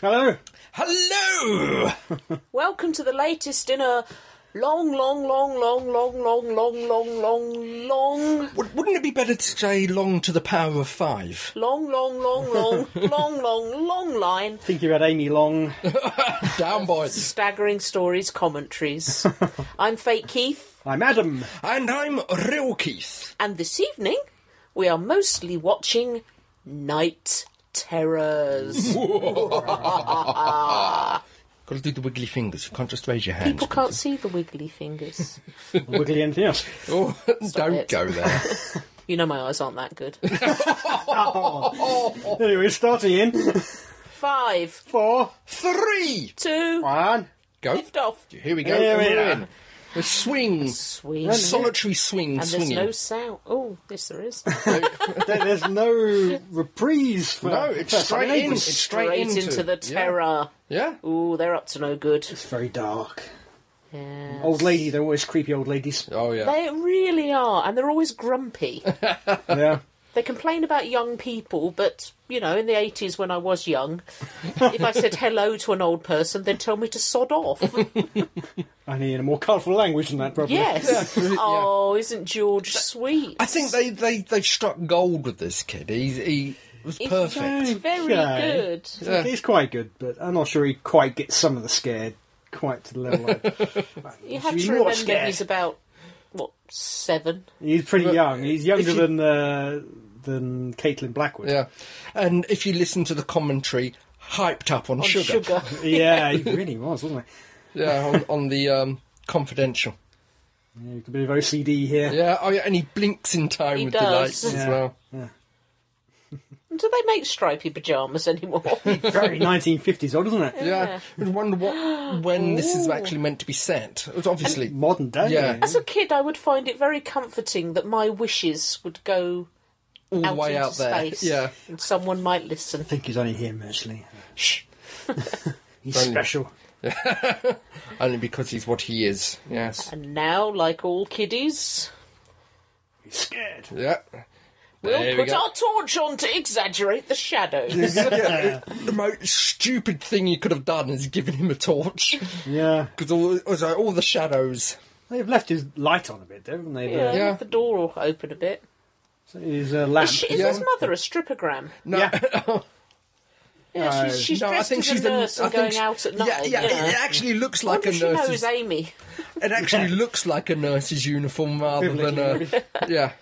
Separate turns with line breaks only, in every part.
Hello.
Hello!
Welcome to the latest in a long, long, long, long, long, long, long, long, long, long,
Would, wouldn't it be better to say long to the power of five?
long, long, long, long, long, long, long line
Think you had Amy Long.
Down, boys.
staggering stories commentaries. I'm Fake Keith,
I'm Adam.
And I'm Real Keith.
and this evening we are mostly watching Night Terrors.
Gotta do the wiggly fingers. You can't just raise your hands.
People can't see the wiggly fingers.
Wiggly anything else?
Oh, don't
it.
go there.
You know my eyes aren't that good.
Anyway, starting in
Five,
four,
Three!
two,
one.
Go.
lift off.
Here we go.
Here we
We're
are.
in. The swing.
Sweet.
Solitary swing
And there's
swinging.
no sound. Oh, yes, there is.
There- There's no reprise for
No, it's
for
straight
Simon
in.
Abrams.
It's straight,
Straight into, the
Yeah.
terror.
Yeah?
Ooh, they're up to no good.
It's very dark.
Yeah.
Old lady, they're always creepy old ladies.
Oh, yeah.
They really are, and they're always grumpy.
Yeah.
they complain about young people, but, you know, in the 80s when I was young, if I said hello to an old person, they'd tell me to sod off.
Only in a more colourful language than that, probably.
yes.
Yeah.
Oh, isn't George sweet?
I think they, they, they've struck gold with this kid. He, he was
He's
perfect.
Very
Okay.
good.
Yeah.
He's quite good, but I'm not sure he quite gets some of the scared quite to the level of.
You have
He's
to
not
remember
scared.
he's about, what, seven?
He's pretty
But
young. He's younger
if you-
than uh, than Caitlin Blackwood.
Yeah. And if you listen to the commentary, hyped up on,
On
sugar.
sugar.
Yeah, he really was, wasn't
Yeah, on, on the um, confidential.
he? Yeah, a bit of OCD here.
Yeah, oh yeah, and he blinks in time
He
with the
does.
lights as
Yeah.
well.
Do they make stripy pyjamas anymore?
Very 1950s odd, isn't it?
Yeah, I wonder what when this is actually meant to be set. It was obviously
Modern day.
Yeah.
As a kid, I would find it very comforting that my wishes would go
all the
out
way
into
out there.
space.
Yeah,
And someone might listen.
I think he's only him, actually.
Shh.
He's
Brilliant.
special.
only because he's what he is. Yes.
And now, like all kiddies,
He's scared.
Yeah.
we'll
There we
put
go.
our torch on to exaggerate the shadows.
Yeah, the most stupid thing you could have done is given him a torch
Yeah.
because all, it was like all the shadows.
They've left his light on a bit, haven't they?
yeah,
Yeah.
Leave the door open a bit.
But His uh, lamp.
Is, she, is
Yeah.
his mother a stripogram?
No,
Yeah.
Yeah,
No.
she's, she's
no, I
dressed
think
as
she's
a nurse
I
and
think
going
she-
out at
Yeah,
night.
yeah.
you know.
It actually looks like
Wonder
a
if she knows
nurse's.
Amy.
It actually looks like a nurse's uniform rather than a. Yeah,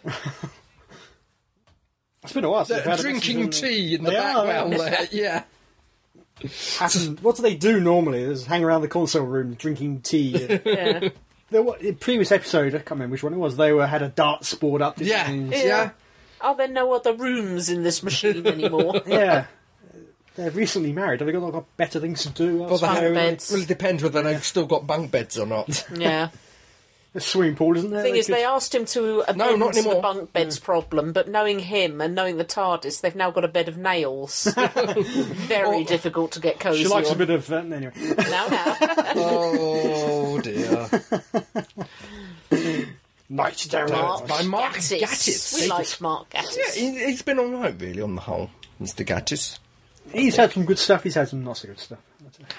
It's been a while. Since we've had a
drinking
season.
tea in the
They are,
background there. Yeah.
Happen- What do they do normally? Is hang around the console room drinking tea.
Yeah.
there was, in previous episode, I can't remember which one it was. They were had a darts board up. didn't
Yeah,
they?
yeah,
Yeah. Are there no other rooms in this machine anymore?
yeah. They're recently married. Have they got, got better things to do?
Well, they
outside?
Bunk
have-
beds.
Well, it depends whether they've still got bunk beds or not.
yeah.
There's a swimming pool, isn't there?
thing is,
could-
they asked him to amend
No, not
the
anymore. Mm.
bunk beds problem, but knowing him and knowing the TARDIS, they've now got a bed of nails. Very difficult to get cozy
She likes a
on.
bit of that anyway.
Now, now.
oh dear!
Night terrors.
Mark
by Mark
Gatiss.
Gatiss.
We like Mark Gattis.
Yeah, he, he's been all right, really, on the whole, Mr. Gattis.
He's had some good stuff. He's had some not so good stuff.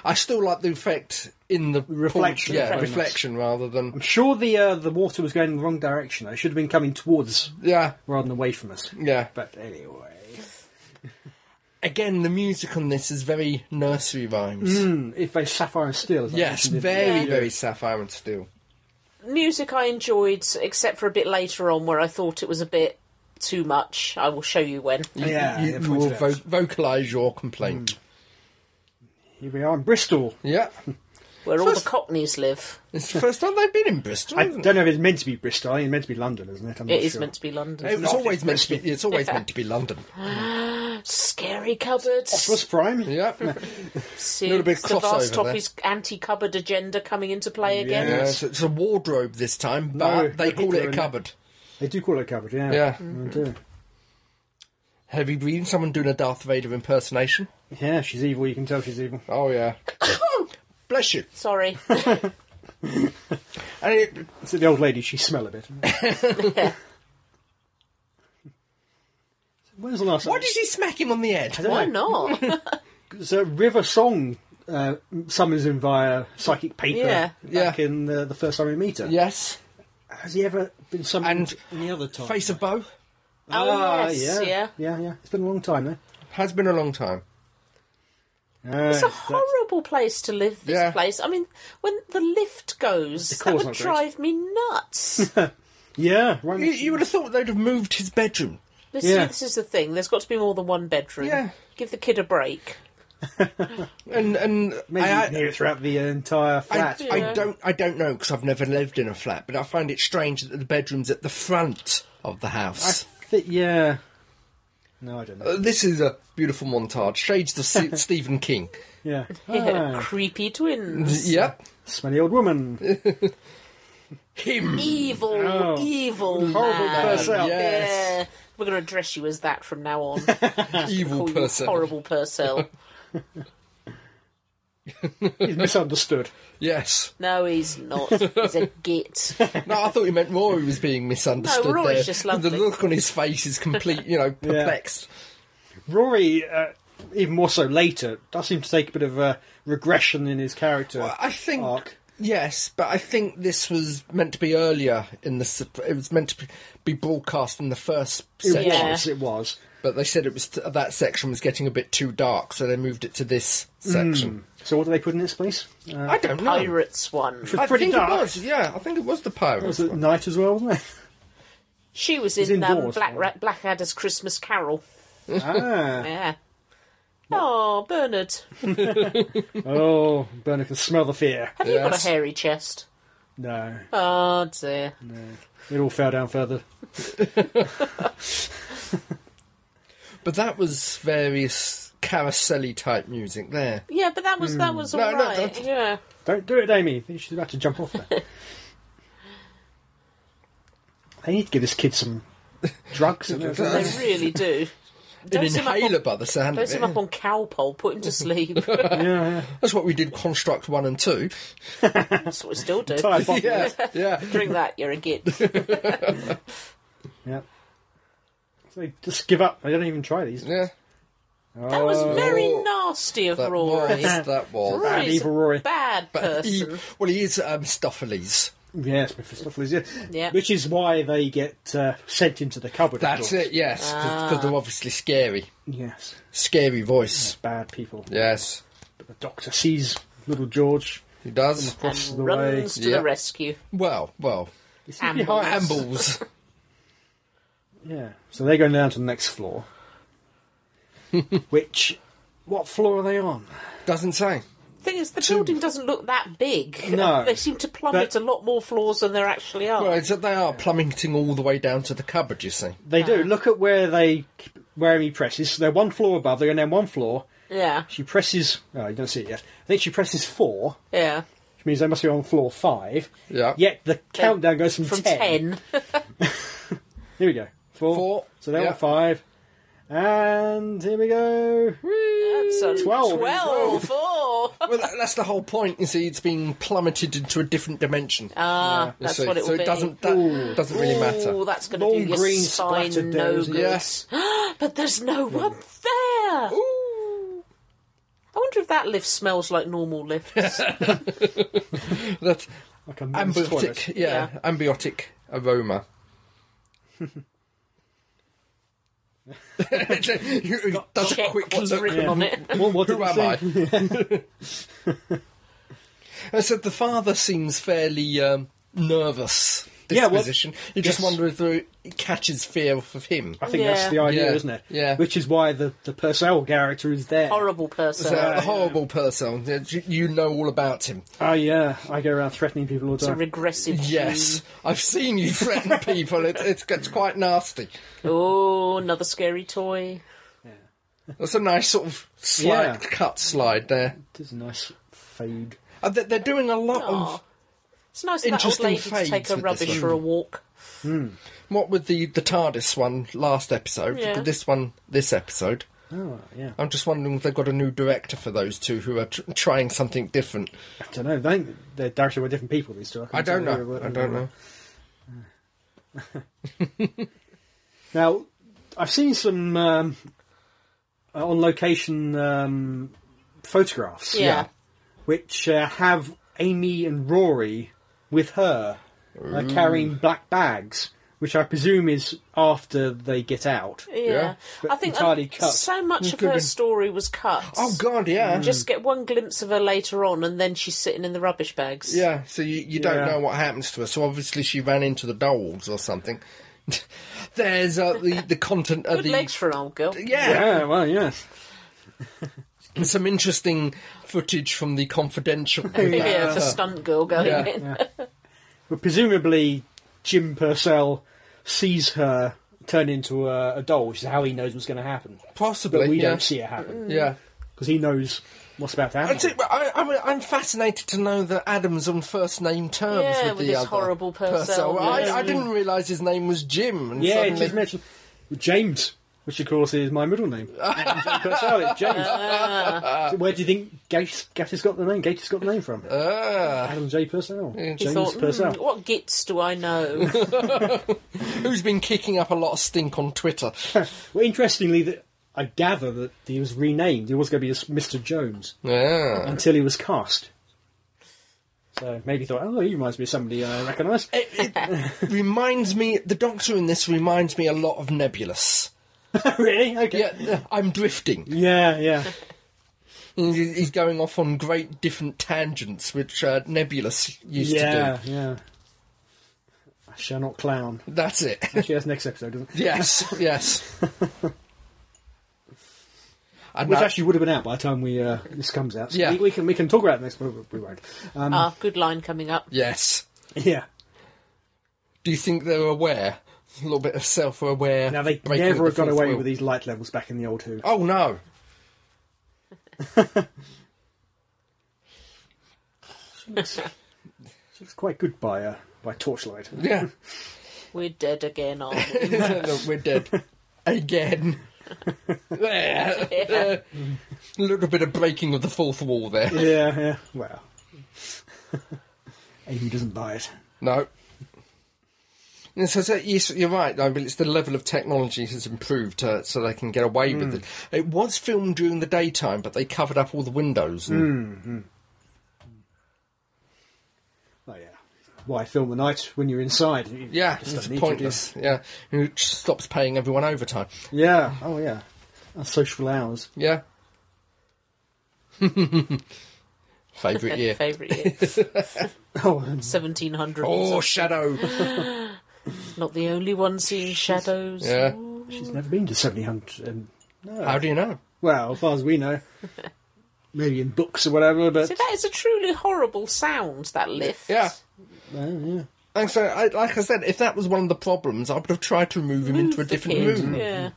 I still like the effect in the
Reflection,
yeah,
very much.
reflection rather
I'm
than
sure the uh, the water was going in the wrong direction. though. It should have been coming towards
yeah,
rather than away from us.
yeah.
But anyway,
Again, the music on this is very nursery rhymes.
Hmm, if they sapphire and steel. Is
Yes, very, very sapphire and steel.
Music I enjoyed, except for a bit later on where I thought it was a bit too much. I will show you when.
Yeah,
you,
yeah,
you will
pointed out.
vo- vocalise your complaint.
Here we are in Bristol.
Yeah,
Where all the
First-
Cockneys live.
it's the first time they've been in Bristol.
I
isn't
don't know if it's meant to be Bristol. I think it's meant to be London, isn't it? I'm
Hmm. It
not
is
sure.
meant to be London.
It was
Not
always meant to be. It's always meant to be London.
Scary cupboards.
Was Prime?
Yeah,
See,
little bit
it's the
crossover
vast
there.
Toffee's anti-cupboard agenda coming into play again.
Yeah.
yeah Uh, so it's a wardrobe this time, but
No,
they call it
Hitler
a
in-
cupboard.
They do call it covered. Yeah. Mm-hmm.
Yeah.
They do.
Heavy breathing. Someone doing a Darth Vader impersonation.
Yeah, she's evil. You can tell she's evil.
Oh yeah. Bless you.
Sorry.
And it,
Is it the old lady? She smell a bit. When's the last?
why did she smack him on the head?
don't
Why
know.
not?
so River Song uh, summons him via psychic paper
Yeah.
back
Yeah.
in the, the first time we meet her.
Yes.
Has he ever been summoned any other time?
Face of Bo
Oh,
Ah,
yes,
yeah,
yeah.
yeah, yeah. It's been a long time, eh? though.
has been a long time.
Uh,
It's a horrible place to live. This
Yeah.
place. I mean, when the lift goes, that
core's
would
not great.
drive me nuts.
Yeah, right.
You, you would have thought they'd have moved his bedroom.
this,
Yeah.
this is the thing. There's got to be more than one bedroom.
Yeah.
Give the kid a break.
And and
Maybe you
I,
can hear it throughout the entire
I,
flat.
I
Yeah.
don't I don't know because I've never lived in a flat, but I find it strange that the bedroom's at the front of the
I
house.
thi- yeah. No, I don't know.
Uh, This is a beautiful montage. Shades of Se- Stephen King.
Yeah.
Yeah,
Ah,
creepy twins.
Yep.
smelly old woman.
Him.
Evil,
Oh.
evil,
Horrible
man.
person.
Yes.
Yeah. We're going to address you as that from now on.
Evil
Call you
person.
horrible Purcell.
He's misunderstood.
Yes.
No, he's not. He's a git.
No, I thought you meant Rory was being misunderstood.
No, Rory's
there.
just
the
lovely.
look on his face is complete, you know, perplexed.
Rory, uh, even more so later, does seem to take a bit of a regression in his character.
I think
Arc.
yes, but I think this was meant to be earlier in the. s- It was meant to be broadcast in the first
It
section,
Yeah.
was, it was.
but they said it was that section was getting a bit too dark, so they moved it to this
Hmm.
section.
So what do they put in its place? Uh,
I don't know.
Pirates one.
It's
I
pretty
think
dark.
it was. Yeah, I think it was the pirates.
was it
one.
night as well, wasn't it?
She was
He's
in um,
indoors,
Black
right?
Ra- Blackadder's Christmas Carol.
ah.
Yeah. Oh, Bernard,
Oh, Bernard can smell the fear.
have you got
Yes.
a hairy chest?
No,
Oh dear.
it all fell down further.
But that was various carousel type music there.
Yeah, but that was that was
Hmm. No,
all
no,
right.
don't-
Yeah.
Don't do it, Amy. I think she's about to jump off there. they need to give this kid some drugs. don't they?
They really do.
An
Dose him up
inhaler
on-
by the sound of
Dose him
it.
up on cowpole, put him to sleep.
yeah, yeah.
That's what we did construct one and two.
That's what we still do.
Entire bottle.
Yeah, yeah.
Drink that, you're a git.
Yeah. So they just give up. They don't even try these.
Yeah.
That was very
Oh.
nasty of
That
Rory.
was. That was.
Bad
Rory's
evil Rory.
a bad
But he,
person.
well, he is um, Mistopheles.
Yes, Mephistopheles. Yeah.
Yeah.
Which is why they get uh, sent into the cupboard. of
That's
course.
it, yes. Because they're obviously scary.
Yes.
Scary voice.
Bad people.
Yes.
But the doctor sees little George
He does.
across the
and runs
way.
to
Yeah.
the rescue.
Well, well.
He's
ambles.
behind-
Ambles.
Yeah. So they're going down to the next floor. which, what floor are they on?
Doesn't say.
Thing is, the building doesn't look that big.
No.
they seem to plummet a
But-
lot more floors than there actually are.
Well, it's that they are plummeting all the way down to the cupboard, you see.
They
Uh,
do. Look at where they where he presses. They're one floor above. They're going down one floor.
Yeah,
She presses. Oh, you don't see it yet. I think she presses four,
yeah.
which means they must be on floor five.
Yeah.
Yet the countdown goes from,
From
10.
ten,
Here we go. Four.
Four.
So they're
Yeah.
on five. And here we go.
That's a-
Twelve.
twelve, Oh. four.
Well, that, that's the whole point, you see. It's being plummeted into a different dimension.
Ah,
you
that's
see.
what it will
so
be.
it doesn't, that doesn't really
Ooh,
matter.
that's going
Long
to do your
green
spine
splattered
no
down.
good.
Yes.
But there's no one there.
Ooh.
I wonder if that lift smells like normal lifts.
That
Like a men's toilet.
ambiotic, yeah,
Yeah.
ambiotic aroma. It's a- it does a
Check
quick
what's
look.
written on it.
Well, what did
Who
it
am
say?
I? I said the father seems fairly um, nervous
Yeah, well,
disposition. you just
yes. Uh,
wonder if there- it catches fear off of him.
I think
Yeah.
that's the idea,
Yeah.
isn't it?
Yeah.
Which is why the, the Purcell character is there.
Horrible
So,
person.
a horrible person. You- You know all about him.
Oh, yeah. I go around threatening people all the
a
time.
regressive. Mm.
Yes, I've seen you threaten people. It, it's, it's quite nasty.
Jew. Oh, another scary toy.
That's a nice sort of slide,
Yeah.
cut slide there.
It is a nice fade.
Uh, they- They're doing a lot
Aw.
of
It's nice of that old
Interesting
lady to
fades
take her
with this
rubbish
one.
for a walk.
what with the the TARDIS one last episode,
Yeah.
this one this episode.
Oh, yeah.
I'm just wondering if they've got a new director for those two who are tr- trying something different.
I don't know. I think they're directed by different people, these two.
I
couldn't
don't
tell who
know.
it
I
was.
don't know.
Now, I've seen some um, on uh, location um, photographs,
Yeah.
Yeah.
which uh, have Amy and Rory with her uh, carrying black bags, which I presume is after they get out.
Yeah.
Yeah.
But
I think
entirely
um,
cut.
so much of
Mm, Good
her
in-
story was cut.
Oh God, yeah.
Mm. Just get one glimpse of her later on, and then she's sitting in the rubbish bags.
Yeah, so you, you don't
Yeah.
know what happens to her. So obviously she ran into the dogs or something. There's uh, the the content of
Good
the
legs for an old girl.
yeah,
Yeah, well, yes.
and some interesting footage from the confidential.
Yeah, for stunt girl going
Yeah.
in.
But presumably, Jim Purcell sees her turn into a, a doll, which is how he knows what's going to happen.
Possibly,
But we
yeah.
don't see it happen
yeah.
because he knows what's about to happen.
I'd say- but I, I'm, I'm fascinated to know that Adam's on first name terms
Yeah,
with the
with this
other
horrible
Purcell.
Purcell,
I,
yeah.
I didn't realise his name was Jim. And
yeah, it
suddenly,
just mentioned James, which of course is my middle name. And Jim Purcell, it's James. So where do you think Gate, Gatter's got the name? Gator's got the name from?
Ah,
Adam J. Purcell.
He
James
thought,
Purcell.
"Hmm, what gits do I know?
who's been kicking up a lot of stink on Twitter?
Well, interestingly, that I gather that he was renamed. He was going to be as Mr. Jones
yeah.
until he was cast. So maybe thought, oh, he reminds me of somebody I recognise.
It, it reminds me, the Doctor in this reminds me a lot of Nebulous.
really? Okay.
Yeah, uh, I'm drifting.
Yeah, yeah.
He- He's going off on great different tangents, which uh, Nebulous used
yeah,
to
yeah. I shall not clown.
do. That's it.
Actually, that's next episode, isn't it?
yes, yes. And
Which
that-
actually would have been out by the time we uh, this comes out. So
Yeah.
we, we can we can talk about it next, but we won't. Um,
Ah, good line coming up.
yes.
yeah.
Do you think they're aware? A little bit of self-aware.
Now they
breaking of
never
the
got
fourth
away
wheel.
with these light levels back in the old Who.
Oh no.
So it's quite good by uh, by torchlight.
Yeah.
We're dead again, aren't we?
Look, we're dead again. There. A little bit of breaking of the fourth wall there.
yeah, yeah. Well, Amy doesn't buy it.
No. And so, so yes, you're right. though, but it's the level of technology has improved, uh, so they can get away with it.
Hmm.
It was filmed during the daytime, but they covered up all the windows. And,
Oh yeah. Why film the night when you're inside? You
Yeah,
just don't
it's
need to,
pointless. Yeah, and it stops paying everyone overtime.
do you? Yeah. Oh yeah. That's social hours.
Yeah. Favorite year.
Favourite year.
Oh, and
1700.
Oh, shadow.
Not the only one seeing shadows.
Yeah.
Ooh.
she's never been to seventy hundred. Um, no.
How do you know?
Well, as far as we know, maybe in books or whatever. But uh,
So that is a truly horrible sound, that lift.
Yeah.
Oh, yeah.
And so, I, like I said, if that was one of the problems, I would have tried to move him into a
The
different
kid,
room.
Yeah.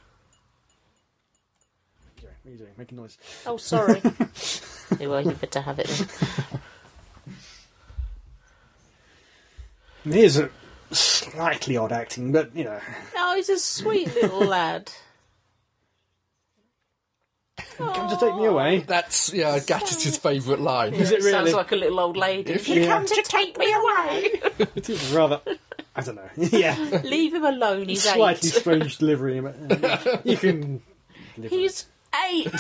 Okay, What are you doing? Make a noise.
Oh, sorry. Yeah, well, you better have it. then.
It is a slightly odd acting, but you know,
Oh, he's a sweet little lad.
come to take me away.
That's yeah, Gattis's favourite line.
Is it really?
Sounds like a little old lady.
If
you come
to take me away,
It is rather. I don't know. yeah,
leave him alone. He's
slightly
eight.
strange delivery. But, uh, you can. live with it.
He's eight.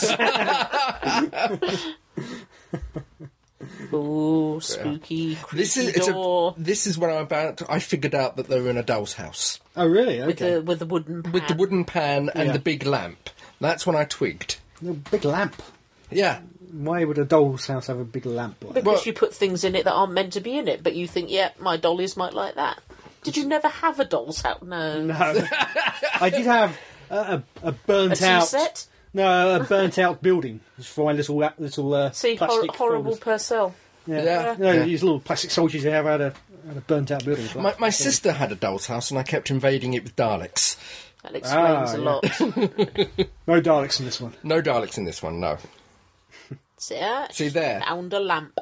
Ooh, spooky, creepy
This is it's a,
door
this is when I about I figured out that they were in a doll's house
Oh really?
with
Okay.
the with the wooden pan.
with the wooden pan and
Yeah.
the big lamp. That's when I twigged.
The big lamp.
Yeah,
Why would a doll's house have a big lamp? Like that?
because
Well-
you put things in it that aren't meant to be in it, but you think, yeah, my dollies might like that. Did you never have a doll's house? No.
No. I did have a, a, a burnt
A
out.
set?
No, a burnt out building for my little little uh,
See, hor-
plastic
horrible
folders.
Purcell.
Yeah.
You know,
Yeah.
these little plastic soldiers they have out of, out of burnt out buildings.
my my sister had a doll's house and I kept invading it with Daleks.
That explains
Ah,
a
yeah.
lot.
No Daleks in this one.
No Daleks in this one, no.
See, yeah,
See there.
found a lamp.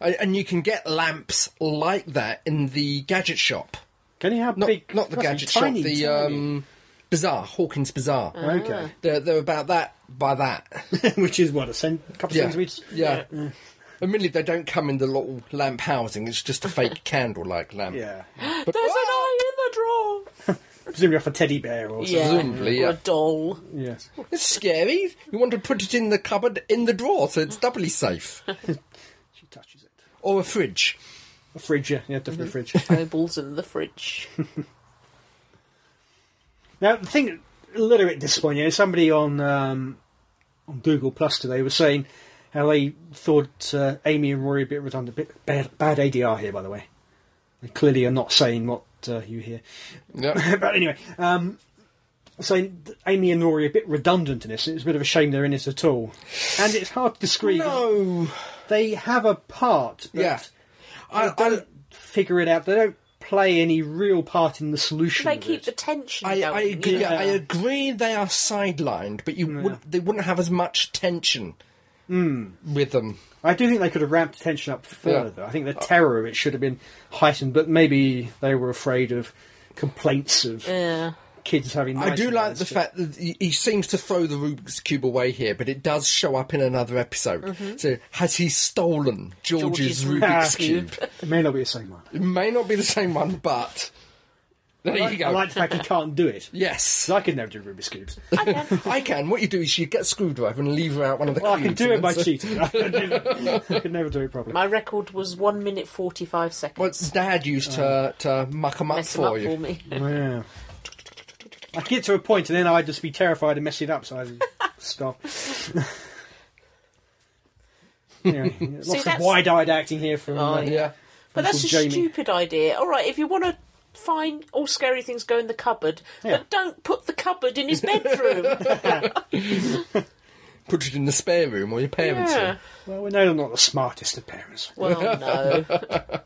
I, and you can get lamps like that in the gadget shop.
Can you have
Not
big?
not the
must be
gadget
tiny,
shop, the
tiny.
um, bazaar, Hawkins Bazaar.
Okay,
They're, they're about that by that.
Ah.
which is what a cent, couple
Yeah.
of centimeters.
Yeah. Admittedly, they don't come in the little lamp "Oh, housing. It's just a fake candle-like lamp.
Yeah,
There's an eye in the drawer.
presumably off a teddy bear or something.
Yeah.
Presumably,
Or
yeah.
a doll.
Yes.
It's scary. You want to put it in the cupboard in the drawer, so it's doubly safe.
She touches it.
Or a fridge.
A fridge, yeah, yeah definitely
Mm-hmm.
a fridge.
Snowballs in the fridge.
Now, the thing, a little bit disappointing, is somebody on um, on Google Plus today was saying how they thought uh, Amy and Rory a bit redundant. Bit bad, bad ADR here, by the way. They clearly are not saying what uh, you hear.
Yeah.
but anyway, um, saying that Amy and Rory are a bit redundant in this. It's a bit of a shame they're in it at all. And it's hard to discreet. Oh.
No.
They have a part, but
Yeah. I,
they
I,
don't figure it out. They don't play any real part in the solution.
they
of
keep
it.
the tension
I, I,
going. you
agree,
know.
I agree they are sidelined, but you would, they wouldn't have as much tension
Hmm.
with them.
I do think they could have ramped tension up further. I think the terror of it should have been heightened, but maybe they were afraid of complaints of
Yeah.
kids having.
I do
nightmares,
like the
but-
fact that he he seems to throw the Rubik's Cube away here, but it does show up in another episode. So, has he stolen George's,
George's
Rubik's
Mm-hmm. Rubik's
Cube?
Ah, It may not be the same one.
It may not be the same one, but. There
I,
you go.
I like the fact he can't do it.
yes.
'Cause I could never do Rubik's cubes.
I can. What you do is you get a screwdriver and lever out one of the
Well, I could
cubes.
do it
and
by
so-
cheating. I could never, I could never do it properly.
My record was 1 minute 45 seconds.
Well, Dad used
Uh,
to, to muck 'em up
Mess them
for
up
you.
for me.
Yeah. I'd get to a point and then I'd just be terrified and mess it up, so I'd stop. anyway, lots of
that's-
wide eyed acting here from.
Oh,
uh,
yeah.
Yeah.
But that's a
Uncle Jamie.
stupid idea. All right, if you want to find all scary things, go in the cupboard,
Yeah.
but don't put the cupboard in his bedroom.
Put it in the spare room or your parents'
yeah.
room.
Well, we know they're not the smartest of parents.
Well, no.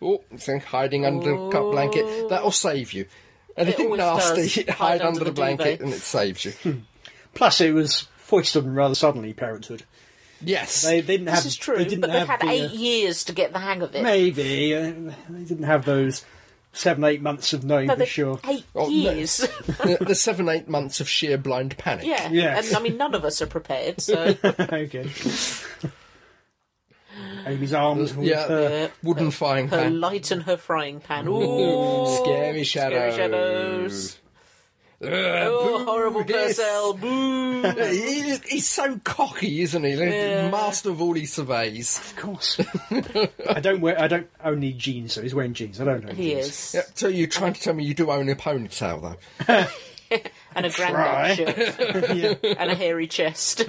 Oh, thing hiding under the cup blanket. That'll save you. Anything
always
nasty,
does.
hide under the
duvet.
blanket and it saves you.
Plus, it was foisted on rather suddenly. Parenthood.
yes.
They didn't
This
have.
is true,
They didn't
but they've
have
had
the,
eight
uh,
years to get the hang of it.
Maybe uh, they didn't have those seven, eight months of knowing
No,
for
they've-
sure.
Eight
Oh, no.
years.
the, the seven, eight months of sheer blind panic.
yeah.
Yeah.
And I mean, none of us are prepared, so.
okay. Amy's arms. were with
Yeah,
her.
Yeah.
wooden frying
Her
pan.
uh, light and her frying pan. Ooh.
Scary shadows.
shadows.
Ugh,
Oh,
boo,
horrible
hiss.
Purcell. Boo.
He- he's so cocky, isn't he? Like,
Yeah.
Master of all he surveys.
Of course. I don't wear. I don't own need jeans. So he's wearing jeans. I don't know.
He is.
Yep, so you're trying to tell me you do own a ponytail, though?
And a grandad
Try.
shirt. And a hairy chest.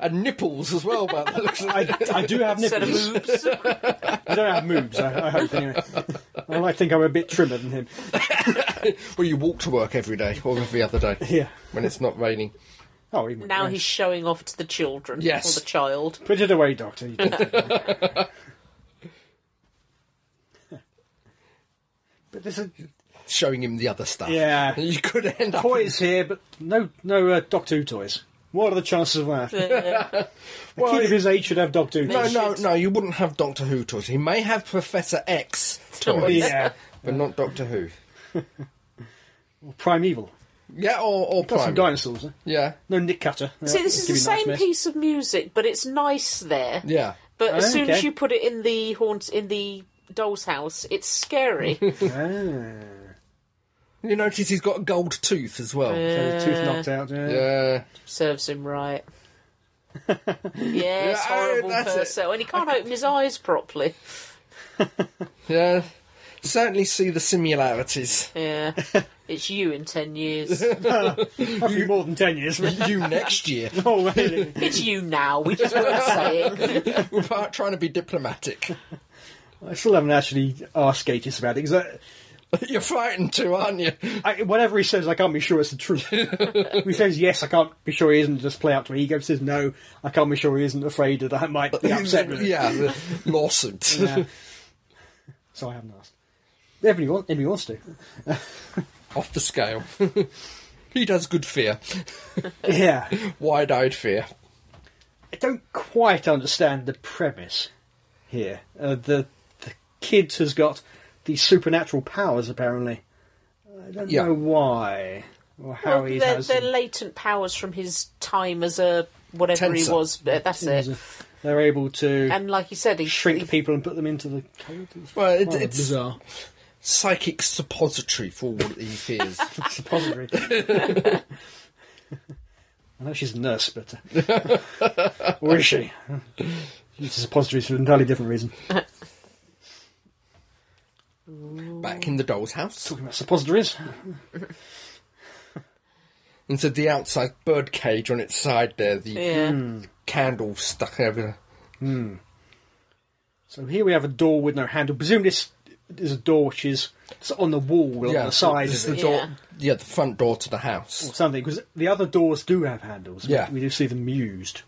And nipples as well, by the looks of
I, I do have
Instead of
nipples.
boobs.
I don't have moobs. I, I hope anyway. Well, I think I'm a bit trimmer than him.
Well, you walk to work every day, or every other day.
Yeah.
When it's not raining.
Oh, even
Now he's showing off to the children.
Yes.
Or the child.
Put it away, Doctor. You don't do that. but there's a
Showing him the other stuff.
Yeah.
You could end up.
toys here, but no, no uh, Doctor Who toys. What are the chances of that? a kid of his age should have Doctor Who.
No,
toys.
no, no, you wouldn't have Doctor Who toys. He may have Professor X toys,
yeah,
but not Doctor Who.
Or primeval.
Yeah, or, or
Got some
Prime.
dinosaurs. Huh?
Yeah,
No Nick Cutter.
See, this is the same
piece.
piece of music, but it's nice there.
yeah. Oh,
But as soon as
Okay.
you put it in the haunt in the doll's house, it's scary.
Ah.
You notice he's got a gold tooth as well.
Uh,
tooth knocked out. Yeah.
Yeah.
Serves him right. yes,
Yeah, oh,
horrible
that's it.
Purcell, and he can't open his eyes properly.
Yeah. Certainly see the similarities.
Yeah, it's you in ten years.
Probably more than ten years. but-
you next year.
oh, really?
It's you now. We just weren't saying.
We're part- trying to be diplomatic.
I still haven't actually asked Gatus about it because
You're frightened too, aren't you?
I, whatever he says, I can't be sure it's the truth. if he says yes, I can't be sure he isn't. Just play up to my ego. If he says no, I can't be sure he isn't afraid that I might be upset with it.
yeah, the lawsuit.
Yeah. so I haven't asked. If anyone, anybody wants to.
Off the scale. he does good fear.
Yeah.
Wide eyed fear.
I don't quite understand the premise here. Uh, the the kid has got these supernatural powers apparently. I don't
Yeah.
know why or how
Well,
he
they're,
has.
they're
them.
latent powers from his time as a whatever he
Tensor.
was. But that's it.
They're able to
And like you said, he
shrink
he-
people and put them into the code.
Well, it,
Rather
it's.
bizarre.
psychic suppository for all that he fears.
suppository. I know she's a nurse, but. Uh, or is she? She's a suppository for an entirely different reason.
Back in the doll's house.
Talking about suppositories.
And so the outside bird cage on its side there, the
Yeah.
candle stuck over there.
So here we have a door with no handle. Presumably, this is a door which is it's on the wall on the side
this
of
is
it
the door.
Yeah.
Yeah. the front door to the
or
house.
something. Because the other doors do have handles. but
Yeah.
we do see them used.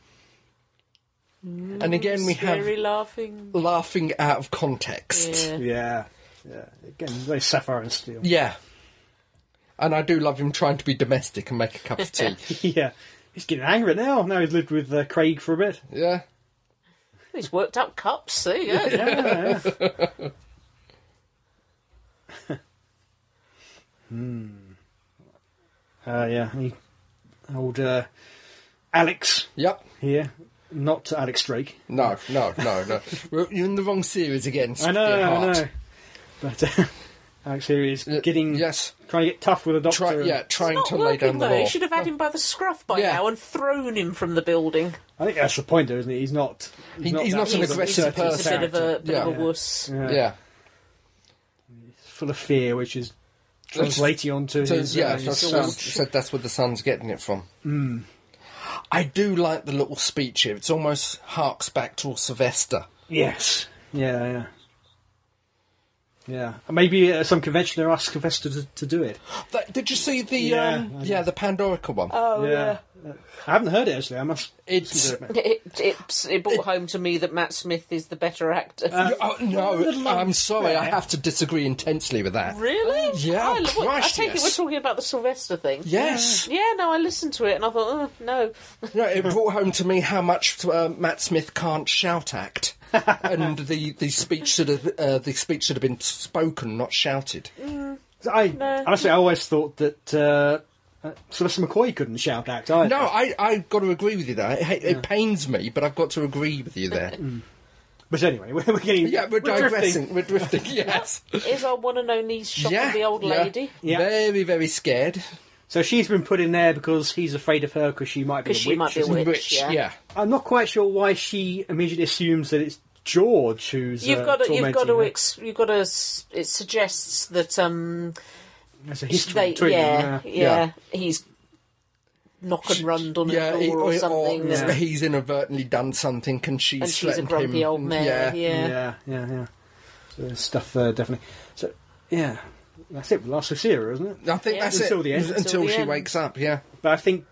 Mm-hmm.
And again, we have
Scary laughing.
laughing out of context.
Yeah.
Yeah, yeah. Again, very sapphire and steel.
Yeah. And I do love him trying to be domestic and make a cup of tea.
yeah, he's getting angry now. Now he's lived with uh, Craig for a bit.
yeah.
He's worked up cups, see? Yeah.
Yeah. hmm. Hmm. Uh, yeah. He, old uh, Alex
Yep.
here, not Alex Drake.
No, no, no, no. We're- You're in the wrong series again.
I know,
Dear
I
heart.
know. But uh, Alex here is
Uh,
getting
Yes.
trying to get tough with a doctor.
Try,
and-
yeah, trying
Not
to
working
lay down the
though.
law.
He should have had him by the scruff by
Yeah.
now and thrown him from the building.
I think that's the point, though, isn't it? He's not.
He- he's
that
not an
sort of
aggressive
assertive
person.
He's a bit of a, bit
Yeah.
of a wuss.
character. Yeah.
Yeah.
full of fear, which is
That's-
translating onto
So,
his,
yeah,
uh, his
so
son.
that's- so that's where the son's getting it from.
Hmm.
I do like the little speech here. It's almost harks back to Sylvester.
Yes. Yeah, yeah. Yeah. And Maybe at some convention they're asking Sylvester to, to do it.
That, did you see the
Yeah,
um,
I
yeah the Pandorica one?
Oh, yeah.
I haven't heard it, actually. I must.
it's
It, it, it brought home to me that Matt Smith is the better actor.
oh, no. I'm sorry, I have to disagree intensely with that.
really?
yeah,
I, well, I
Christ,
take it
yes.
we're talking about the Sylvester thing.
Yes,
Yeah, no, I listened to it and I thought, oh, no.
no, it brought home to me how much uh, Matt Smith can't shout act, and the, the speech should have uh, the speech should have been spoken, not shouted.
I,
No.
Honestly, I always thought that uh, uh, Sylvester McCoy couldn't shout act either.
No, I I've got to agree with you there. It, it pains me, but I've got to agree with you there.
But anyway, Mm. we're, we're getting.
Yeah, we're,
drifting.
digressing. We're drifting. Yes.
Is our one and only shot
yeah.
of the old
yeah.
lady?
Yeah.
Very very scared.
So she's been put in there because he's afraid of her because she might be a
'Cause she
witch.
might be a
isn't
Which,
Which
yeah.
yeah.
she? I'm not quite sure why she immediately assumes that it's George who's.
You've
uh,
got to, you've
tormenting
got to,
her.
ex- you've got to. s- It suggests that um,
There's a history
they,
between
yeah,
them.
yeah,
yeah.
he's knock and run on
Yeah,
a
he-
door or, something.
or
yeah.
he's inadvertently done something, and she's
And she's a
threatened
grumpy
him.
old mare. Yeah,
Yeah, yeah, yeah. So there's stuff there, definitely. So, yeah. That's it. Last we see her, isn't it?
I think
Yeah.
that's
Until
it.
the end.
Until,
Until the
she
end.
wakes up. Yeah.
But I think.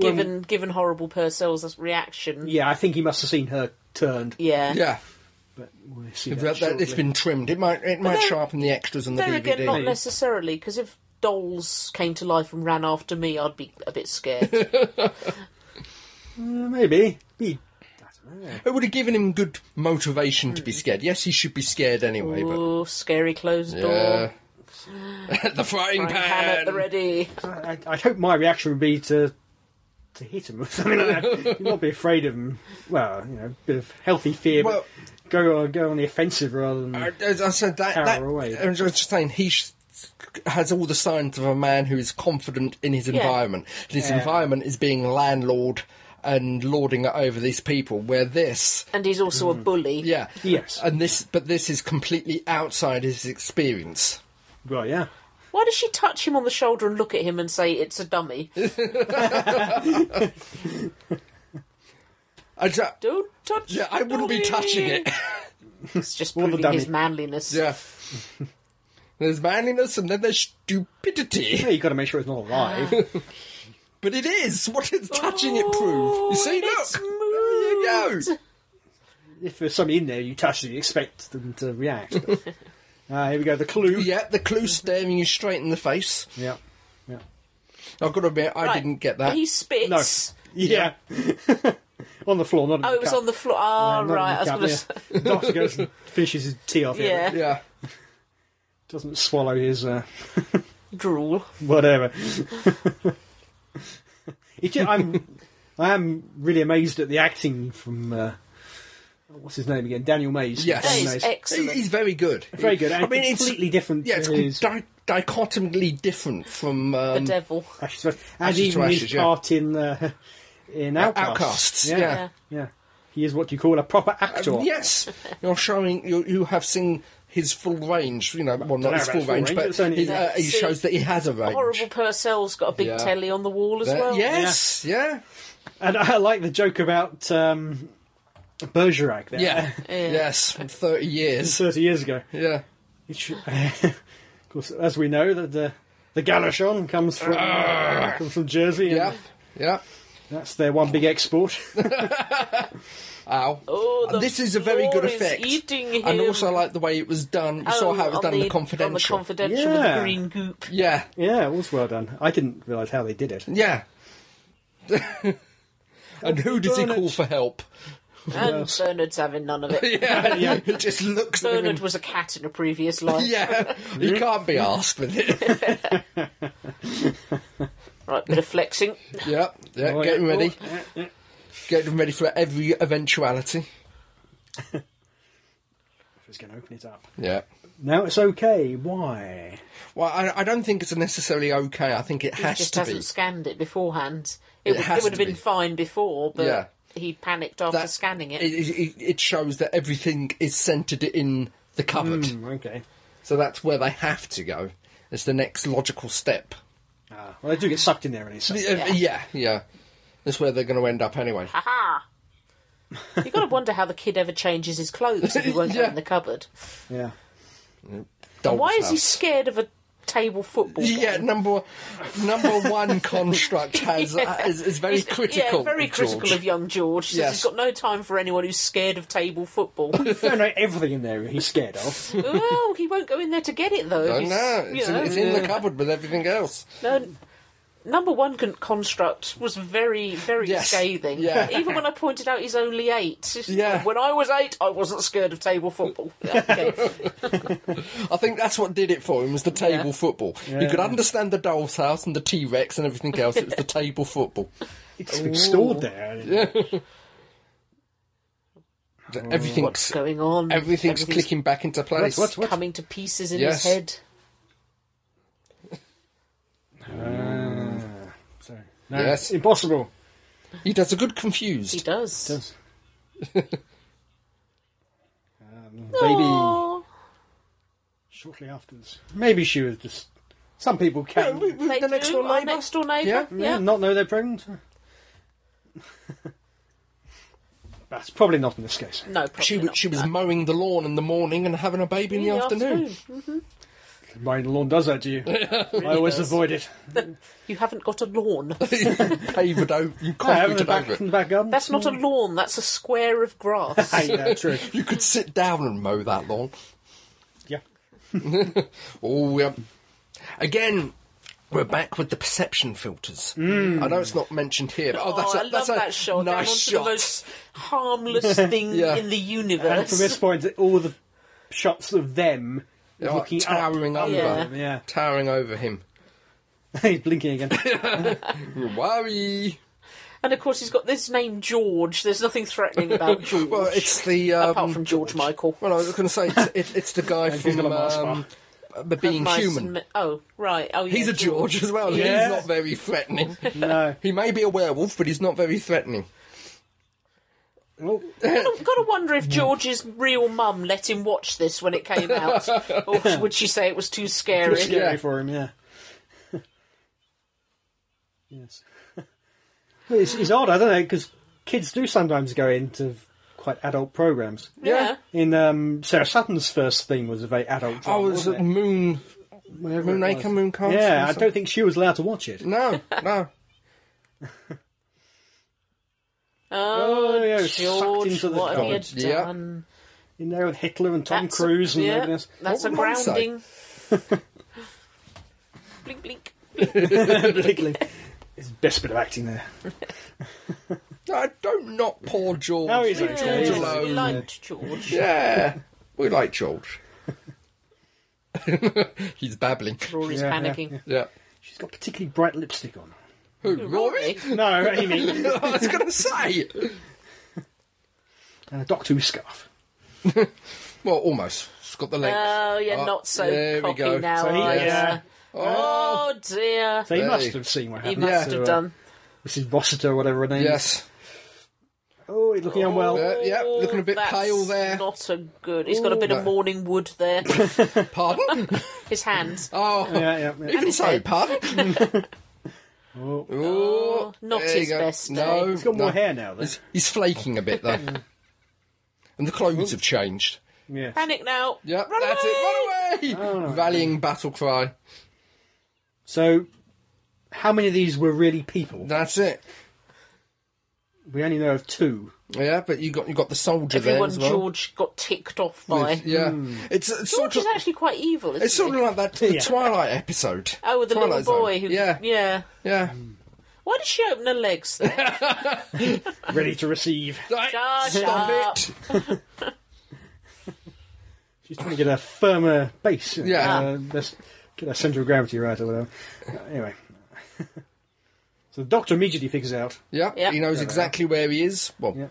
Given given horrible Purcell's reaction,
Yeah, I think he must have seen her turned.
yeah.
Yeah.
But we'll see that
That- that- it's
shortly.
been trimmed. It might it might
then-
sharpen the extras on the
There
DVD.
again, not necessarily, because if dolls came to life and ran after me, I'd be a bit scared.
Uh, maybe. He, I don't know.
It would have given him good motivation
Mm.
to be scared. Yes, he should be scared anyway. But
Ooh, scary closed
yeah.
door.
the
Frying
frying
pan at
pan.
the ready.
I, I hope my reaction would be to to hit him or something like that. You'd not be afraid of him. Well, you know, a bit of healthy fear,
Well-
but go on, go on the offensive rather than.
I, as I said that.
Power
that
away.
I was just saying he sh- has all the signs of a man who is confident in his environment. And his
Yeah.
environment is being landlord and lording it over these people. Where this,
And he's also a bully.
yeah,
Yes.
and this, but this is completely outside his experience.
well, yeah.
Why does she touch him on the shoulder and look at him and say it's a dummy?
I ju-
Don't touch.
yeah, I wouldn't be
dummy.
touching it.
It's just
Or the
proving his
dummy.
manliness.
yeah. There's manliness and then there's stupidity.
Yeah, you've got to make sure it's not alive.
But it is. What is touching it prove? You see,
Oh, and
look.
it's
There you go.
moved.
if there's something in there you touch it, you expect them to react. Ah, here we go, the clue.
Yeah, the clue staring you straight in the face.
Yeah. Yeah.
I've got to admit, I
Right.
didn't get that.
He spits.
Yeah. on the floor, not in
Oh,
the
it was
cup.
on the floor. Ah,
Yeah, not in
right. I was
cup,
gonna say,
yeah. The doctor goes and finishes his tea off.
yeah.
Yeah.
Yeah.
Doesn't swallow his uh,
drool.
whatever. It ju- I'm, I am really amazed at the acting from uh, what's his name again? Daniel Mays.
Yes.
That
Daniel
is
Mays.
He-
excellent.
He's very good.
Very good. And
I mean, it's
completely different.
yeah, it's
to his-
di- dichotomically different from
the
um,
devil.
Ashes to Ashes. And
Ashes to
even
Ashes,
his
yeah.
part in uh, in Outcasts.
Outcasts,
Yeah.
yeah. Uh,
yeah, He is what you call a proper actor.
um, Yes, you're showing you, you have seen his full range. You know, well, not
know
his
about
full
full
range,
range,
but
it's only-
he, uh, he
See,
shows that he has a range.
Horrible Purcell's got a big
Yeah.
telly on the wall as
That-
well.
yes, yeah,
And I like the joke about um, Bergerac there.
yeah,
Yeah.
yes. From Thirty years.
Thirty years ago.
Yeah.
It should- of course, as we know, that the the Galashon comes from comes from Jersey. and
Ah. Yeah. Yeah.
that's their one big export.
Ow.
Oh, the
Uh, this is a very good
floor is
effect.
eating him.
And also, I like the way it was done. You saw
Oh,
how it was
on
done in the
On the
confidential.
confidential with the
Yeah.
green goop.
yeah.
yeah, it was well done. I didn't realise how they did it.
Yeah. and who does he
Bernard-
call for help?
And
else?
Bernard's having none of it.
Yeah. He just looks at him.
Bernard
and-
was a cat in a previous life.
Yeah. he can't be asked with it.
Right, bit of flexing.
yeah. Yeah.
Oh,
Get him
yeah.
ready.
Oh, yeah, yeah.
Get him ready for every eventuality.
Just going to open it up.
Yeah.
Now it's okay. Why?
Well, I, I don't think it's necessarily okay. I think it
He
has
just
to be.
hasn't scanned it beforehand. It, would,
has
it would
to
have been
be.
fine before, but
Yeah.
he panicked after
That-
scanning it.
It, it, it shows that everything is centred in the cupboard.
Hmm, okay.
So that's where they have to go. It's the next logical step.
Ah, well, they do get sucked in there, and
Uh,
it's
Yeah, yeah. That's where they're going to end up anyway.
Uh, Aha! you got to wonder how the kid ever changes his clothes if he won't
Yeah.
go in the cupboard.
yeah.
Doll's
Why is he
house.
scared of a table football? game?
Yeah, number number one construct has uh, is, is very
He's-
critical.
Yeah, very
of
critical
George.
of young George. Says
Yes.
he's got no time for anyone who's scared of table football.
Don't know everything in there. He's scared of.
well, he won't go in there to get it though. if
I
he's-
know
you
it's, in,
know.
it's in the cupboard with everything else.
No, number one con- construct was very, very
Yes.
scathing.
Yeah.
Even when I pointed out he's only eight.
Yeah.
When I was eight, I wasn't scared of table football. Okay.
I think that's what did it for him was the table
Yeah.
football. You
Yeah.
could understand the doll's house and the T Rex and everything else. It was the table football.
It's stored there.
Everything's
Oh, What's going on?
everything's, clicking back into place.
What? What? What?
coming to pieces in
Yes.
his head.
Sorry. No,
Yes.
Impossible.
He does a good
He
confused.
does.
Does. um, baby.
Aww.
Shortly afterwards. Maybe she was just. Some people can.
We- we-
They
the next
do,
door
our
neighbour.
next door neighbour.
Yeah. Mm-hmm.
Yeah.
yeah, not know they're pregnant. That's probably not in this case.
No, probably
She,
not. Uh,
was- she was mowing the lawn in the morning and having a baby in the, afternoon.
Mowing the lawn does that to you. I always
does.
avoid it.
You haven't got a lawn.
Mm-hmm. Paved over, you
I have it in the
concreted
back, in
over it.
the back garden.
That's not a lawn. That's a square of grass.
Hey, yeah, true.
You could sit down and mow that lawn.
Yeah.
Oh, yeah. Again, we're back with the perception filters.
Mm.
I know it's not mentioned here, but oh, that's
oh,
a,
I love
that's a
that shot. Down
nice
onto
shot.
the most harmless thing
Yeah.
in the
And from this
universe.
point, all the shots of them
Yeah,
looking
towering
up,
over,
Yeah.
them, yeah.
towering over him.
He's blinking again.
Worry.
And of course, he's got this name George. There's nothing threatening about George,
Well, it's the um,
apart from George Michael.
Well, I was going to say it's, it, it's the guy
he's
from
got a mask
um, the Being
Mice
Human.
and men- oh, right. Oh, yeah,
He's a George as well. and
Yeah.
He's not very threatening.
no.
he may be a werewolf, but he's not very threatening.
Well,
I've got to wonder if George's real mum let him watch this when it came out, or would she say it was too scary?
it's scary
Yeah.
for him, yeah. yes. Well, it's, it's odd, I don't know, because kids do sometimes go into quite adult programs.
Yeah.
In um, Sarah Sutton's first thing was a very adult.
Oh,
drama,
was
wasn't
it
it?
Moon?
Whatever it
Moonacre,
was.
Mooncast?
Yeah,
or
I
something?
don't think she was allowed to watch it.
No, no.
Oh,
Oh, yeah, sucked
George,
into the
what have you
cupboard.
Yeah.
done?
In there with Hitler and Tom
That's a-
Cruise and
yeah,
everything else.
That's
What
a
would mine say?
grounding. blink, blink.
Particularly, it's the best bit of acting there.
No, I don't knock poor George.
No, he's
Leave
okay. Yes,
George
we
alone.
liked George.
Yeah, we like George. he's babbling.
Rory's
Yeah, yeah,
panicking.
Yeah.
She's got particularly bright lipstick on.
Who, Rory?
No, Amy.
I was going to say.
and a Doctor Who scarf.
Well, almost. It's got the length.
Oh, you're
Ah,
not so
there we
cocky
go.
now,
So he-
are
yeah.
you? Oh dear.
So he
Hey.
must have seen what
He
happened.
must
to,
have
uh,
done.
Mrs. Bossiter, or whatever her name is.
Yes.
Oh, he's looking unwell.
Uh, yeah, looking a bit
oh, that's
pale there.
Not a good. He's got a bit
no.
of morning wood there.
Pardon?
His hands.
Oh,
Yeah, yeah, yeah.
even so,
head.
pardon.
Oh,
Ooh,
not
there you
his
go.
best
No,
day.
he's got
no.
more hair now, though.
He's flaking a bit though, and the clothes have changed.
Yeah.
Panic now.
Yep, that's it. Run away! Rallying battle cry.
So, how many of these were really people?
That's it.
We only know of two.
Yeah, but you got you got the soldier there
Everyone
as well.
George got ticked off by.
With- yeah, it's, it's
George
sort of
is actually quite evil, isn't
it's sort
he?
of like that the
Yeah.
Twilight episode.
oh, with the
Twilight
little
Zone.
boy who.
Yeah,
yeah.
yeah.
Why did she open her legs there?
Ready to receive.
Right,
Shut
Stop
up.
it.
She's trying to get a firmer base. you know,
Yeah.
Uh, let's get her centre of gravity right or whatever. Uh, anyway. so the doctor immediately figures out.
Yeah,
Yeah.
he knows exactly where he is. Well,
Yeah.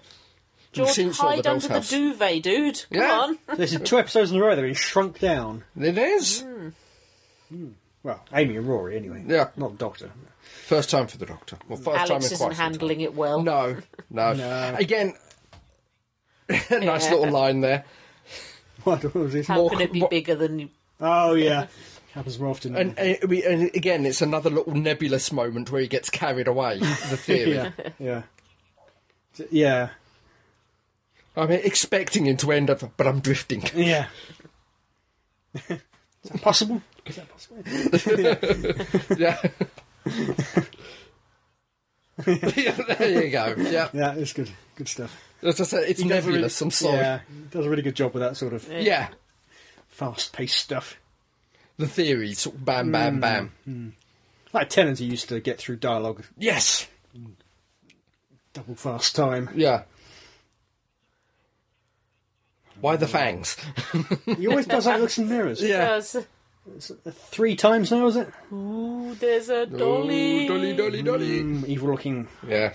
George,
Seems like
hide
the
under
doll's
the duvet, dude. Come
Yeah.
on.
This is two episodes in a row they've been shrunk down.
it is
Hmm.
Well, Amy and Rory, anyway.
Yeah.
Not the doctor.
first time for the Doctor. Well, first time
Alex
in quite
isn't
some time.
handling it well.
No, no.
No.
Again, nice
Yeah.
little line there.
What was this?
How
More
can
c-
it be
more-
bigger than you?
Oh, yeah. Happens more often.
And, uh, we, and again, it's another little nebulous moment where he gets carried away. The theory.
yeah. Yeah. So- Yeah.
I'm expecting him to end up, but I'm drifting.
Yeah. Is that possible? Is that possible?
yeah. Yeah, there you go. Yeah.
Yeah, it's good. Good stuff.
As I said, it's
Never really-
nebulous. I'm sorry. Yeah.
Yeah, he does a really good job with that sort of fast-paced stuff.
The theory, sort of bam,
Hmm.
bam, bam.
Like Tennant, he used to get through dialogue
Yes.
double fast time.
Yeah. Why the fangs?
He always does that. Looks in mirrors.
Yeah.
Because,
Three times now, is it?
ooh, there's a dolly.
Ooh, dolly, dolly, dolly.
Mm, evil-looking.
Yeah.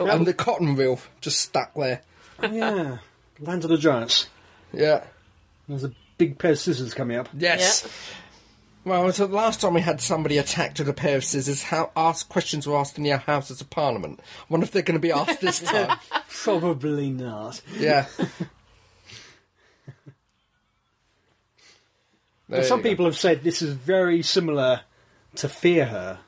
And the cotton reel just stuck there.
Yeah, Land of the Giants.
Yeah.
There's a big pair of scissors coming up.
Yes. Well, so the last time we had somebody attacked with a pair of scissors, how asked questions were asked in the Houses of Parliament. I wonder if they're going to be asked this time.
Probably not.
yeah. There
Some
you go.
people have said this is very similar to Fear Her.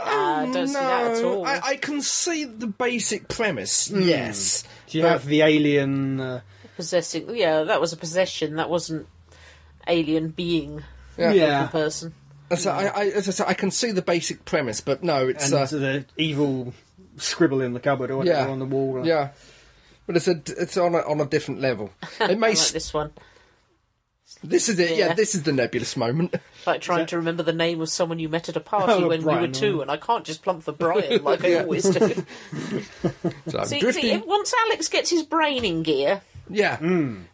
Ah, I don't see that at all.
I, I can see the basic premise. Yes.
Do you
But-
have the alien? Uh,
Possessing. oh, Yeah, that was a possession. That wasn't alien being
Yeah.
yeah,
person.
So I, I, as I, said, I can see the basic premise, but no, it's
and
uh,
the evil scribble in the cupboard or whatever
yeah
on the wall.
Yeah. But it's a, it's on a, on a different level. It
I
may
like
s-
this one.
This is it. Yeah.
Yeah.
this is the nebulous moment.
Like trying to remember the name of someone you met at a party
Oh,
when we
Brian,
were two, and I can't just plump for Brian like I always do.
So I'm
see,
drifting.
see, if- once Alex gets his brain in gear,
yeah,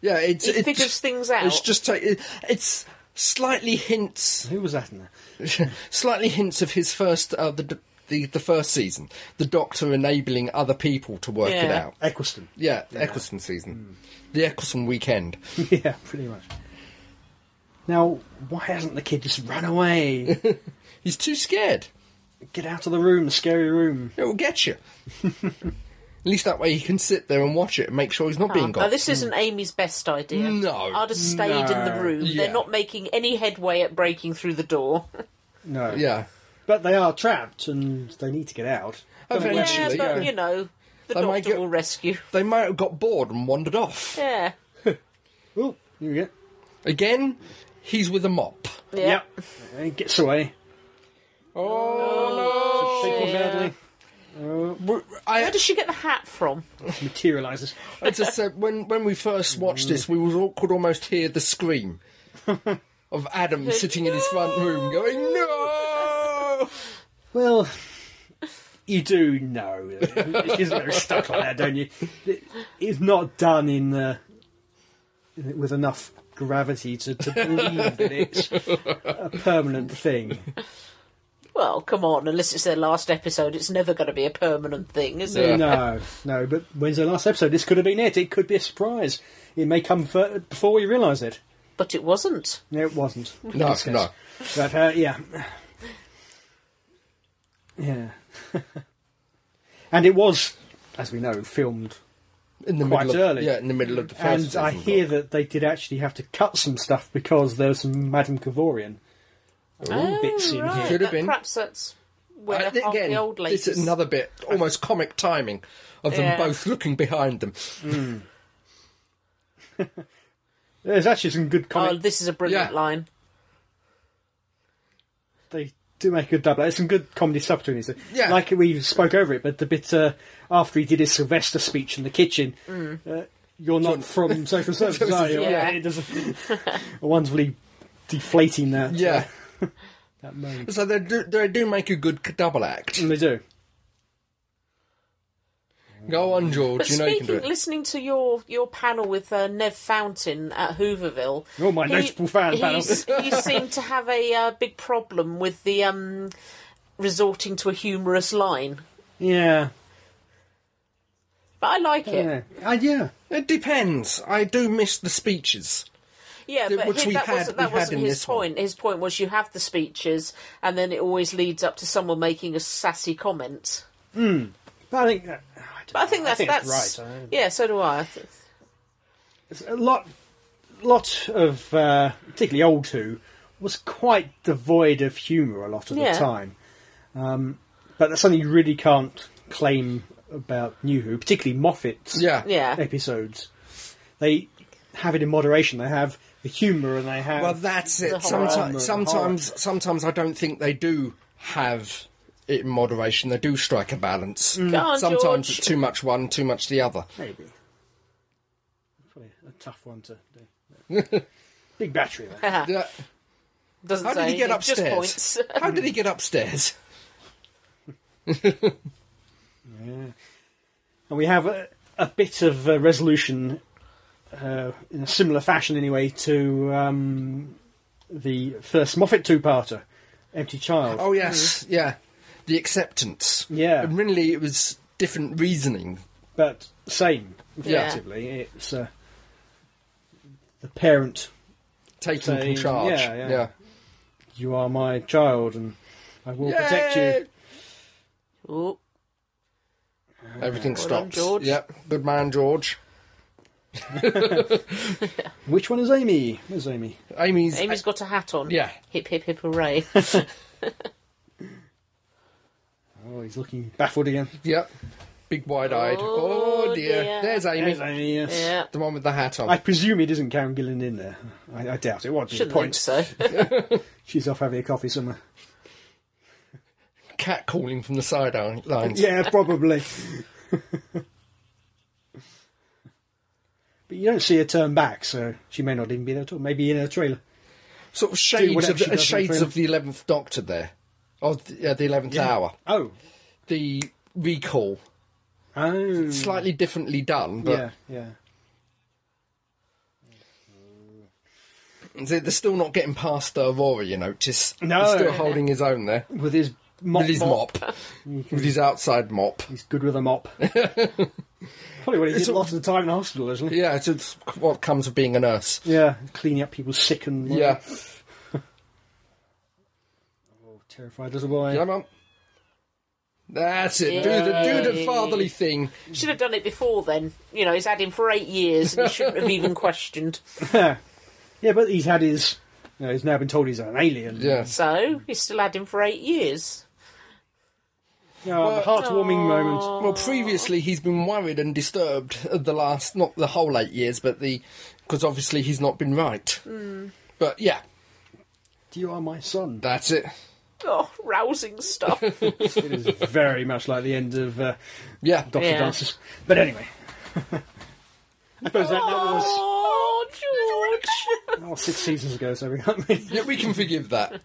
yeah. It's
he
it's,
figures things out.
it's just take- it, it's slightly hints,
Who was that in there?
slightly hints of his first uh, the. The, the first season, the Doctor enabling other people to work it
Yeah.
out.
Eccleston.
Yeah, the Eccleston season, the Eccleston weekend.
yeah, pretty much. Now, why hasn't the kid just run away?
He's too scared.
Get out of the room, the scary room.
It will get you. At least that way he can sit there and watch it and make sure he's not being
now,
got.
this isn't Amy's best idea.
Hmm. No.
I'd have stayed in the
No.
room.
Yeah.
They're not making any headway at breaking through the door.
No.
Yeah,
But they are trapped and they need to get out.
eventually.
yeah, but
yeah.
you know, the
They might
doctor
get-
will rescue.
They might have got bored and wandered off.
Yeah.
Oh, here we go.
Again, he's with a mop.
Yeah.
And he gets away.
Oh,
Shaking
yeah.
badly.
Where
I,
does she get the hat from?
Materialises.
I just said when when we first watched this, we was, all- could almost hear the scream of Adam sitting in his front room going no.
Well, you do know. It isn't very stuck like that, don't you? It- It's not done in uh, with enough gravity to, to believe that it's a permanent thing.
Well, come on, unless it's their last episode, it's never going to be a permanent thing, is it?
Yeah.
No, no. But when's the last episode? This could have been it. It could be a surprise. It may come fur- before we realise it.
But it wasn't.
No, it wasn't. In
No,
this case.
no.
But uh, yeah, yeah. and it was, as we know, filmed.
In the
Quite
middle of,
early.
Yeah, in the middle of the
And
first.
I
season.
hear that they did actually have to cut some stuff because there was some Madame Cavorian bits in
Oh, right.
here.
Should have
That-
been.
Perhaps that's where
Uh,
half
again,
the old
it's
ladies.
another bit, almost comic timing of them
Yeah.
both looking behind them.
There's actually some good
Oh,
comic.
this is a brilliant
Yeah.
line.
they do make a good double. There's some good comedy stuff between these.
Yeah.
Like we spoke over it, but the bit uh, after he did his Sylvester speech in the kitchen.
Mm.
Uh, you're not from social services, are you?
Yeah.
It does wonderfully deflating that.
Yeah,
that moment.
so they do, they do make a good c- double act.
And they do.
Go on, George.
But
you know you can do
speaking,
it.
listening to your, your panel with uh, Nev Fountain at Hooverville,
Oh, my notable fan
he's- he seemed to have a uh, big problem with the um, resorting to a humorous line.
Yeah.
But I like it.
Yeah. Uh, yeah.
It depends. I do miss the speeches.
Yeah,
Th-
but
which
he-
we
that
had-
wasn't,
we
that
had
wasn't
in
his
this one.
point. His point was you have the speeches, and then it always leads up to someone making a sassy comment.
But I think. that- I don't
But I
know.
think that's
it's
that's
right. I don't know.
yeah. So do I. I th-
It's a lot, lot of uh, particularly old who was quite devoid of humour a lot of
Yeah.
the time. Um, but that's something you really can't claim about new who, particularly Moffat's
Yeah.
Yeah.
episodes. They have it in moderation. They have the humour and they have
Well, that's
The
it.
horror.
Horror, the
Sometimes, sometimes, sometimes I don't think they do have it in moderation. They do strike a balance.
Mm. Go on,
sometimes
George.
it's too much one, too much the other.
maybe probably a tough one to do. Big battery there.
Yeah.
Doesn't
How
say
did he get
anything, just
upstairs?
points.
How did he get upstairs?
And we have a, a bit of uh resolution uh, in a similar fashion, anyway, to um, the first Moffat two-parter, Empty Child.
Oh yes, yeah. The acceptance.
Yeah.
And really, it was different reasoning.
But same,
Yeah.
effectively. It's uh, the parent,
Taking
Saying,
charge.
yeah, yeah. you are my child and I will protect
Yay!
you.
Ooh,
Everything
Well done,
stops.
George.
Yep. Good man, George.
Which one is Amy? Where's Amy?
Amy's.
Amy's got a hat on.
Yeah.
Hip hip hip hooray!
Oh, he's looking baffled again.
Yep. Big wide-eyed.
Oh,
Oh, dear.
dear.
There's Amy.
There's Amy, yes.
yeah.
The one with the hat on.
I presume it isn't Karen Gillan in there. I, I doubt it. What's the
Shouldn't
point?
think so.
She's off having a coffee somewhere.
Cat calling from the sidelines.
Yeah, probably. but you don't see her turn back, so she may not even be there at all. Maybe in her trailer.
Sort of shades
whatever
of
she does in
the,
the
shades
trailer.
of the eleventh Doctor there, or the, yeah, the eleventh hour.
Oh.
The recall,
Oh.
slightly differently done, but
yeah, Oh. yeah.
They're they're still not getting past the Aurora, you notice.
No.
He's still holding his own there.
With his mop.
With his mop. With his outside mop.
He's good with a mop. probably what he did a lot of the time in the hospital, isn't he?
Yeah, it's, it's what comes of being a nurse.
Yeah, cleaning up people sick and
Yeah.
Oh, terrified as a boy.
Come on. That's it. Do the, do the fatherly thing.
Should have done it before then. You know, he's had him for eight years, and he shouldn't have even questioned.
Yeah. yeah, but he's had his. You know, he's now been told he's an alien.
Yeah.
So he's still had him for eight years.
Yeah, Ah, the heartwarming moment.
Well, previously he's been worried and disturbed at the last, not the whole eight years, but the, because obviously he's not been right.
Mm.
But yeah,
You are my son.
that's it.
Oh, rousing stuff.
it is very much like the end of. Uh,
Yeah.
Doctor
Yeah.
Dances. But anyway. I suppose that, that was
oh, George.
oh, six seasons ago, so we can't really...
Yeah, we can forgive that.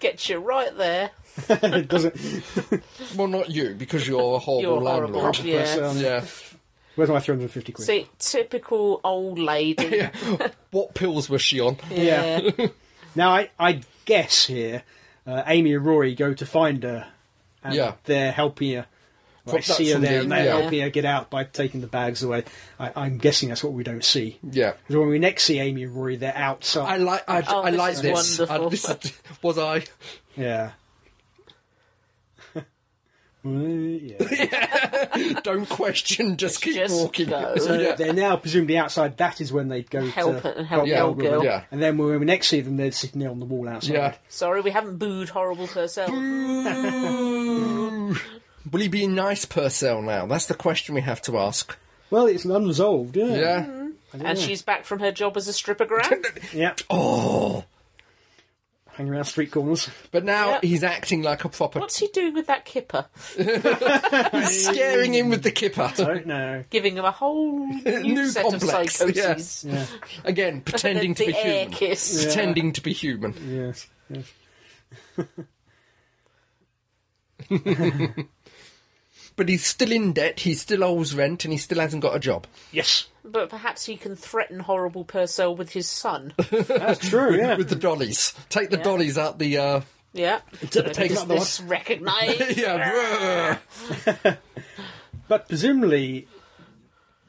Get you right there.
it doesn't...
Well, not you, because you're a horrible
You're horrible.
landlord.
But,
Yeah.
um,
Yeah.
Where's my 350 quid?
See, typical old lady.
What pills was she on?
Yeah.
Yeah.
Now, I, I guess here, uh, Amy and Rory go to find her, and
Yeah.
they're helping her. Well,
From-
I see her
from
there,
the-
and they're
yeah.
helping her get out by taking the bags away. I, I'm guessing that's what we don't see.
Yeah.
Because when we next see Amy and Rory, they're
I
outside.
like I,
Oh,
I
this
like
is
this. I-
wonderful.
this is- was I?
Yeah. Well, yeah.
Don't question. Just keep
just
walking.
go.
So
Yeah.
Uh, they're now presumably outside. That is when they go
Help
to
her- help
Yeah,
Elgin.
Elgin. yeah.
And then when we next see them, they're sitting there on the wall outside.
Yeah.
Sorry, we haven't booed horrible Purcell.
Will he be a nice Purcell now? That's the question we have to ask.
Well, it's unresolved. Yeah.
Yeah.
and she's back from her job as a strippogram.
Yeah.
Oh.
Hang around street corners.
But now
Yep.
he's acting like a proper.
What's he doing with that kipper?
Scaring him with the kipper.
Don't know.
Giving him a whole new,
New
set
complex,
of psychoses.
yes.
Yeah.
Again, pretending to
the
be
air
human.
kiss.
Pretending to be human.
Yes. yes.
But he's still in debt, he still owes rent, and he still hasn't got a job.
Yes.
But perhaps he can threaten horrible Purcell with his son.
That's true. Yeah.
With the dollies. Take the dollies out the. Uh,
Yeah.
take
Does
up the
this recognise?
yeah,
But presumably,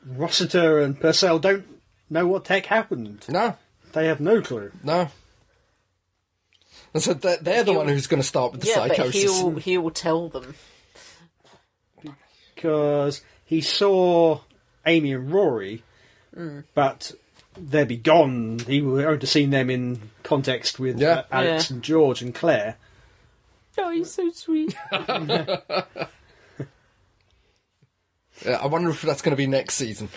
Rossiter and Purcell don't know what tech happened.
bruh. No,
They have no clue.
no. And so they're, they're the one who's going to start with the
yeah, but
psychosis.
he'll he'll tell them.
because he saw Amy and Rory, but they'd be gone. He would only seen them in context with
Yeah.
uh, Alex
Yeah.
and George and Claire.
Oh, he's so sweet.
Yeah, I wonder if that's going to be next season.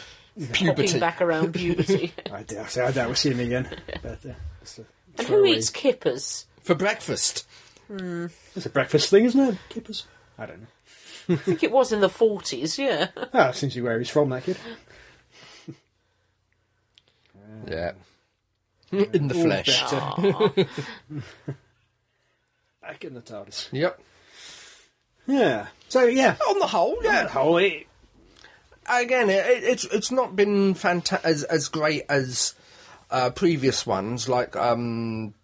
Puberty.
Popping back around beauty.
I doubt, I doubt we'll see him again. But, uh, it's, a,
and who
throwaway-
eats kippers?
For breakfast.
it's a breakfast thing, isn't it? Kippers. I don't know.
I think it was in the 40s, yeah.
Ah, seems to be where he's from, that kid.
Yeah. In the flesh.
All better. Back in the TARDIS.
Yep.
Yeah. So, yeah.
On the whole, yeah.
Holy.
Again, it, it- it's it's not been fanta- as as great as uh, previous ones like um,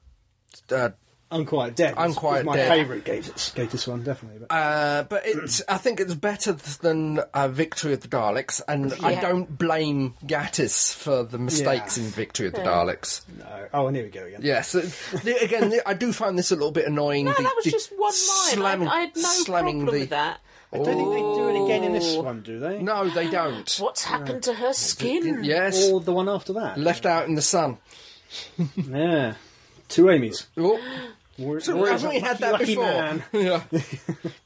uh,
Unquiet Dead. is- is
Unquiet
my
Dead.
favourite Gatus, Gatus one, definitely. But.
Uh, but it's, I think it's better than uh, Victory of the Daleks, and I
Yeah.
don't blame Gattis for the mistakes in Victory of the Daleks.
No. Oh, and here we go again.
Yes, again, the- I do find this a little bit annoying.
No, that was just one line.
slamming-
I, I had no problem with that.
I don't think they do it again in this one, do they?
No, they don't.
What's happened to her skin?
Yes,
Or the one after that?
left out in the sun.
Yeah. Two Amy's.
Oh,
War-
so
Warrior's
haven't we
a
had that
lucky
before?
man.
Yeah.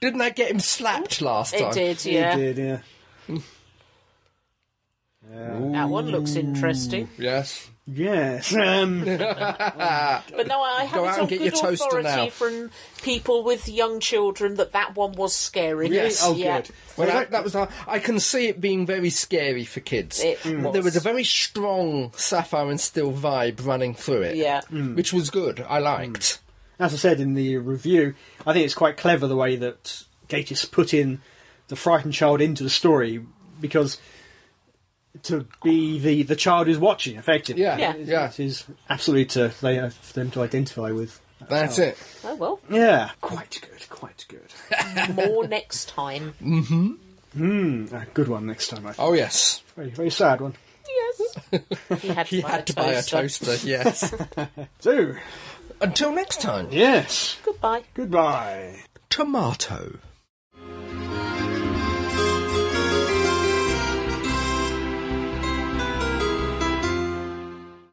Didn't I get him slapped last
It
time?
did,
He
yeah.
did, yeah.
That one looks interesting.
Yes.
Yes. Um,
But no, I have
Go
it
out
on
and get your
good
toaster
authority
now.
from people with young children that that one was scary.
Yes.
oh,
yeah.
good.
Well, that, that was. I can see it being very scary for kids.
It
But There was a very strong Sapphire and Steel vibe running through it.
Yeah.
Mm.
which was good. I liked.
as I said in the review, I think it's quite clever the way that Gatus put in the frightened child into the story because to be the, the child who's watching, effectively.
Yeah,
Yeah.
It-
yeah.
It is absolutely to, they have for them to identify with.
That's it.
Oh, well,
Yeah. Quite good, quite good.
more next time.
Mm.
Hmm, A good one next time, I think.
Oh yes,
Very, very sad one.
Yes. He had to,
he
buy,
had
a
to buy a toaster. Yes.
So,
Until next time,
yes.
Goodbye.
Goodbye.
tomato.